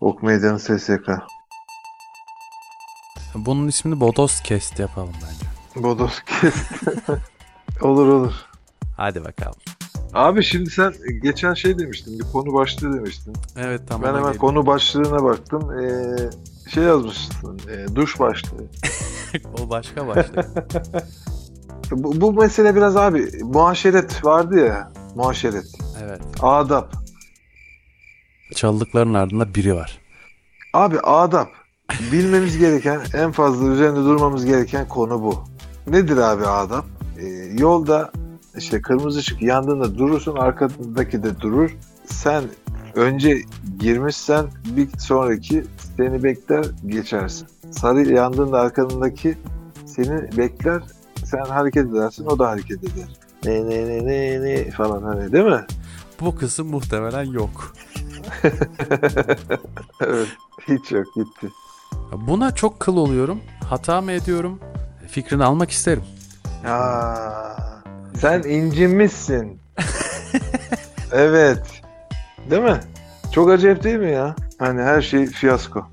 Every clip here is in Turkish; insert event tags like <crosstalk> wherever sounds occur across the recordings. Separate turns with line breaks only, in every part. Ok Meydanı SSK.
Bunun ismini Bodos Kest yapalım bence.
Bodos <laughs> Olur olur.
Hadi bakalım.
Abi şimdi sen geçen şey demiştin. Bir konu başlığı demiştin.
Evet tamam.
ben hemen
hadi.
konu başlığına baktım. Ee, şey yazmışsın. ee, duş başlığı.
o başka başlık.
<laughs> Bu, bu mesele biraz abi muaşeret vardı ya. Muaşeret.
evet.
Adap.
Çalılıkların ardında biri var.
Abi adap. Bilmemiz gereken, en fazla üzerinde durmamız gereken konu bu. Nedir abi adap? Ee, yolda işte kırmızı ışık yandığında durursun, arkadaki de durur. Sen önce girmişsen bir sonraki seni bekler geçersin. Sarı yandığında arkadaki seni bekler, sen hareket edersin, o da hareket eder. Ne ne ne ne ne falan hani değil mi?
Bu kısım muhtemelen yok.
evet, hiç yok gitti.
Buna çok kıl oluyorum. Hata mı ediyorum? Fikrini almak isterim.
Aa, sen incinmişsin. evet. Değil mi? Çok acayip değil mi ya? Hani her şey fiyasko.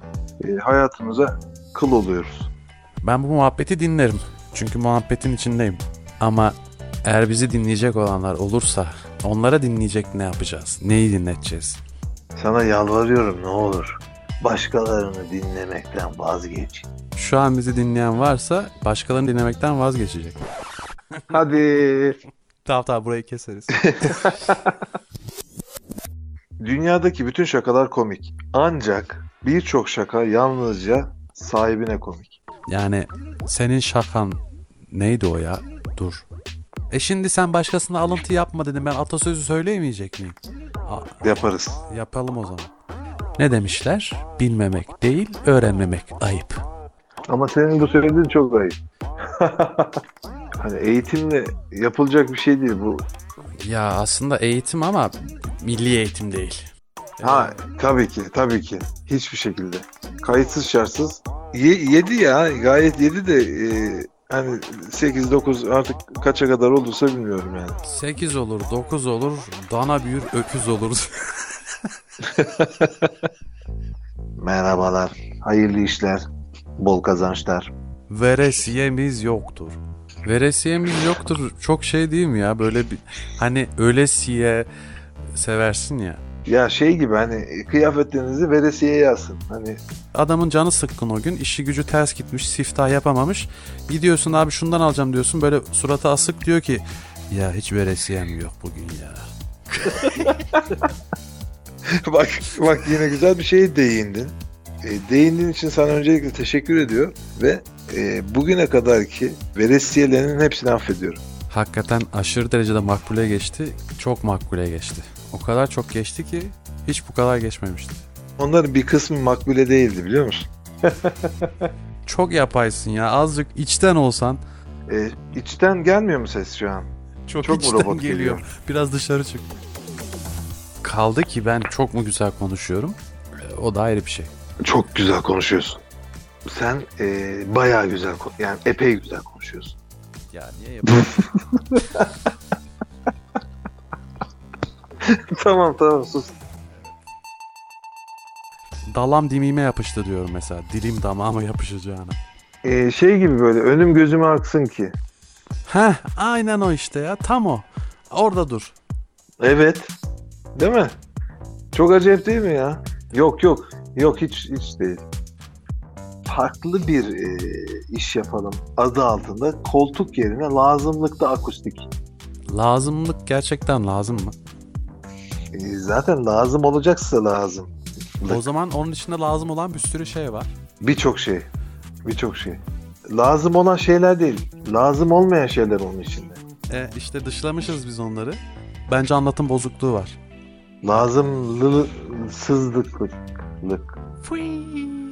E, hayatımıza kıl oluyoruz.
Ben bu muhabbeti dinlerim. Çünkü muhabbetin içindeyim. Ama eğer bizi dinleyecek olanlar olursa onlara dinleyecek ne yapacağız? Neyi dinleteceğiz?
Sana yalvarıyorum ne olur. Başkalarını dinlemekten vazgeç.
Şu an bizi dinleyen varsa başkalarını dinlemekten vazgeçecek.
Hadi.
Tamam tamam burayı keseriz.
Dünyadaki bütün şakalar komik. Ancak birçok şaka yalnızca sahibine komik.
yani senin şakan neydi o ya? Dur. E şimdi sen başkasına alıntı yapma dedim ben atasözü söyleyemeyecek miyim? A-
Yaparız.
yapalım o zaman. Ne demişler? Bilmemek değil, öğrenmemek ayıp.
Ama senin bu söylediğin çok <laughs> ayıp. hani eğitimle yapılacak bir şey değil bu.
Ya aslında eğitim ama milli eğitim değil.
Ha tabii ki tabii ki. Hiçbir şekilde. Kayıtsız şartsız. Ye, yedi ya gayet yedi de e, hani 8-9 artık kaça kadar olursa bilmiyorum yani.
8 olur, 9 olur, dana büyür, öküz olur. <laughs>
Merhabalar. Hayırlı işler. Bol kazançlar.
Veresiyemiz yoktur. Veresiyemiz yoktur. Çok şey değil mi ya? Böyle bir hani ölesiye seversin ya.
Ya şey gibi hani kıyafetlerinizi veresiye yazsın. Hani
Adamın canı sıkkın o gün. işi gücü ters gitmiş. Siftah yapamamış. Gidiyorsun abi şundan alacağım diyorsun. Böyle surata asık diyor ki ya hiç veresiyem yok bugün ya.
<laughs> bak bak yine güzel bir şeye değindin. E, değindiğin için sana öncelikle teşekkür ediyor ve e, bugüne kadar ki veresiyelerinin hepsini affediyorum.
Hakikaten aşırı derecede makbule geçti. Çok makbule geçti. O kadar çok geçti ki hiç bu kadar geçmemişti.
Onların bir kısmı makbule değildi biliyor musun?
Çok yapaysın ya. Azıcık içten olsan
E, içten gelmiyor mu ses şu an?
çok,
Çok mu
içten
robot
geliyor.
geliyor?
Biraz dışarı çık. Kaldı ki ben çok mu güzel konuşuyorum? Ee, O da ayrı bir şey.
Çok güzel konuşuyorsun. Sen e, bayağı güzel, kon- yani epey güzel konuşuyorsun.
Ya niye yapıyorsun?
<laughs> tamam tamam sus.
Dalam dimime yapıştı diyorum mesela. Dilim damağıma yapışacağına.
E, şey gibi böyle önüm gözüme aksın ki.
Heh aynen o işte ya. Tam o. Orada dur.
Evet. Değil mi? Çok acayip değil mi ya? Yok yok. Yok hiç hiç değil. Farklı bir e, iş yapalım adı altında. Koltuk yerine lazımlıkta akustik.
Lazımlık gerçekten lazım mı?
E, zaten lazım olacaksa lazım.
O zaman onun içinde lazım olan bir sürü şey var.
Birçok şey. Birçok şey. Lazım olan şeyler değil. Lazım olmayan şeyler onun içinde.
E, işte dışlamışız biz onları. Bence anlatım bozukluğu var.
Lazımsızlıklık.
Fıy.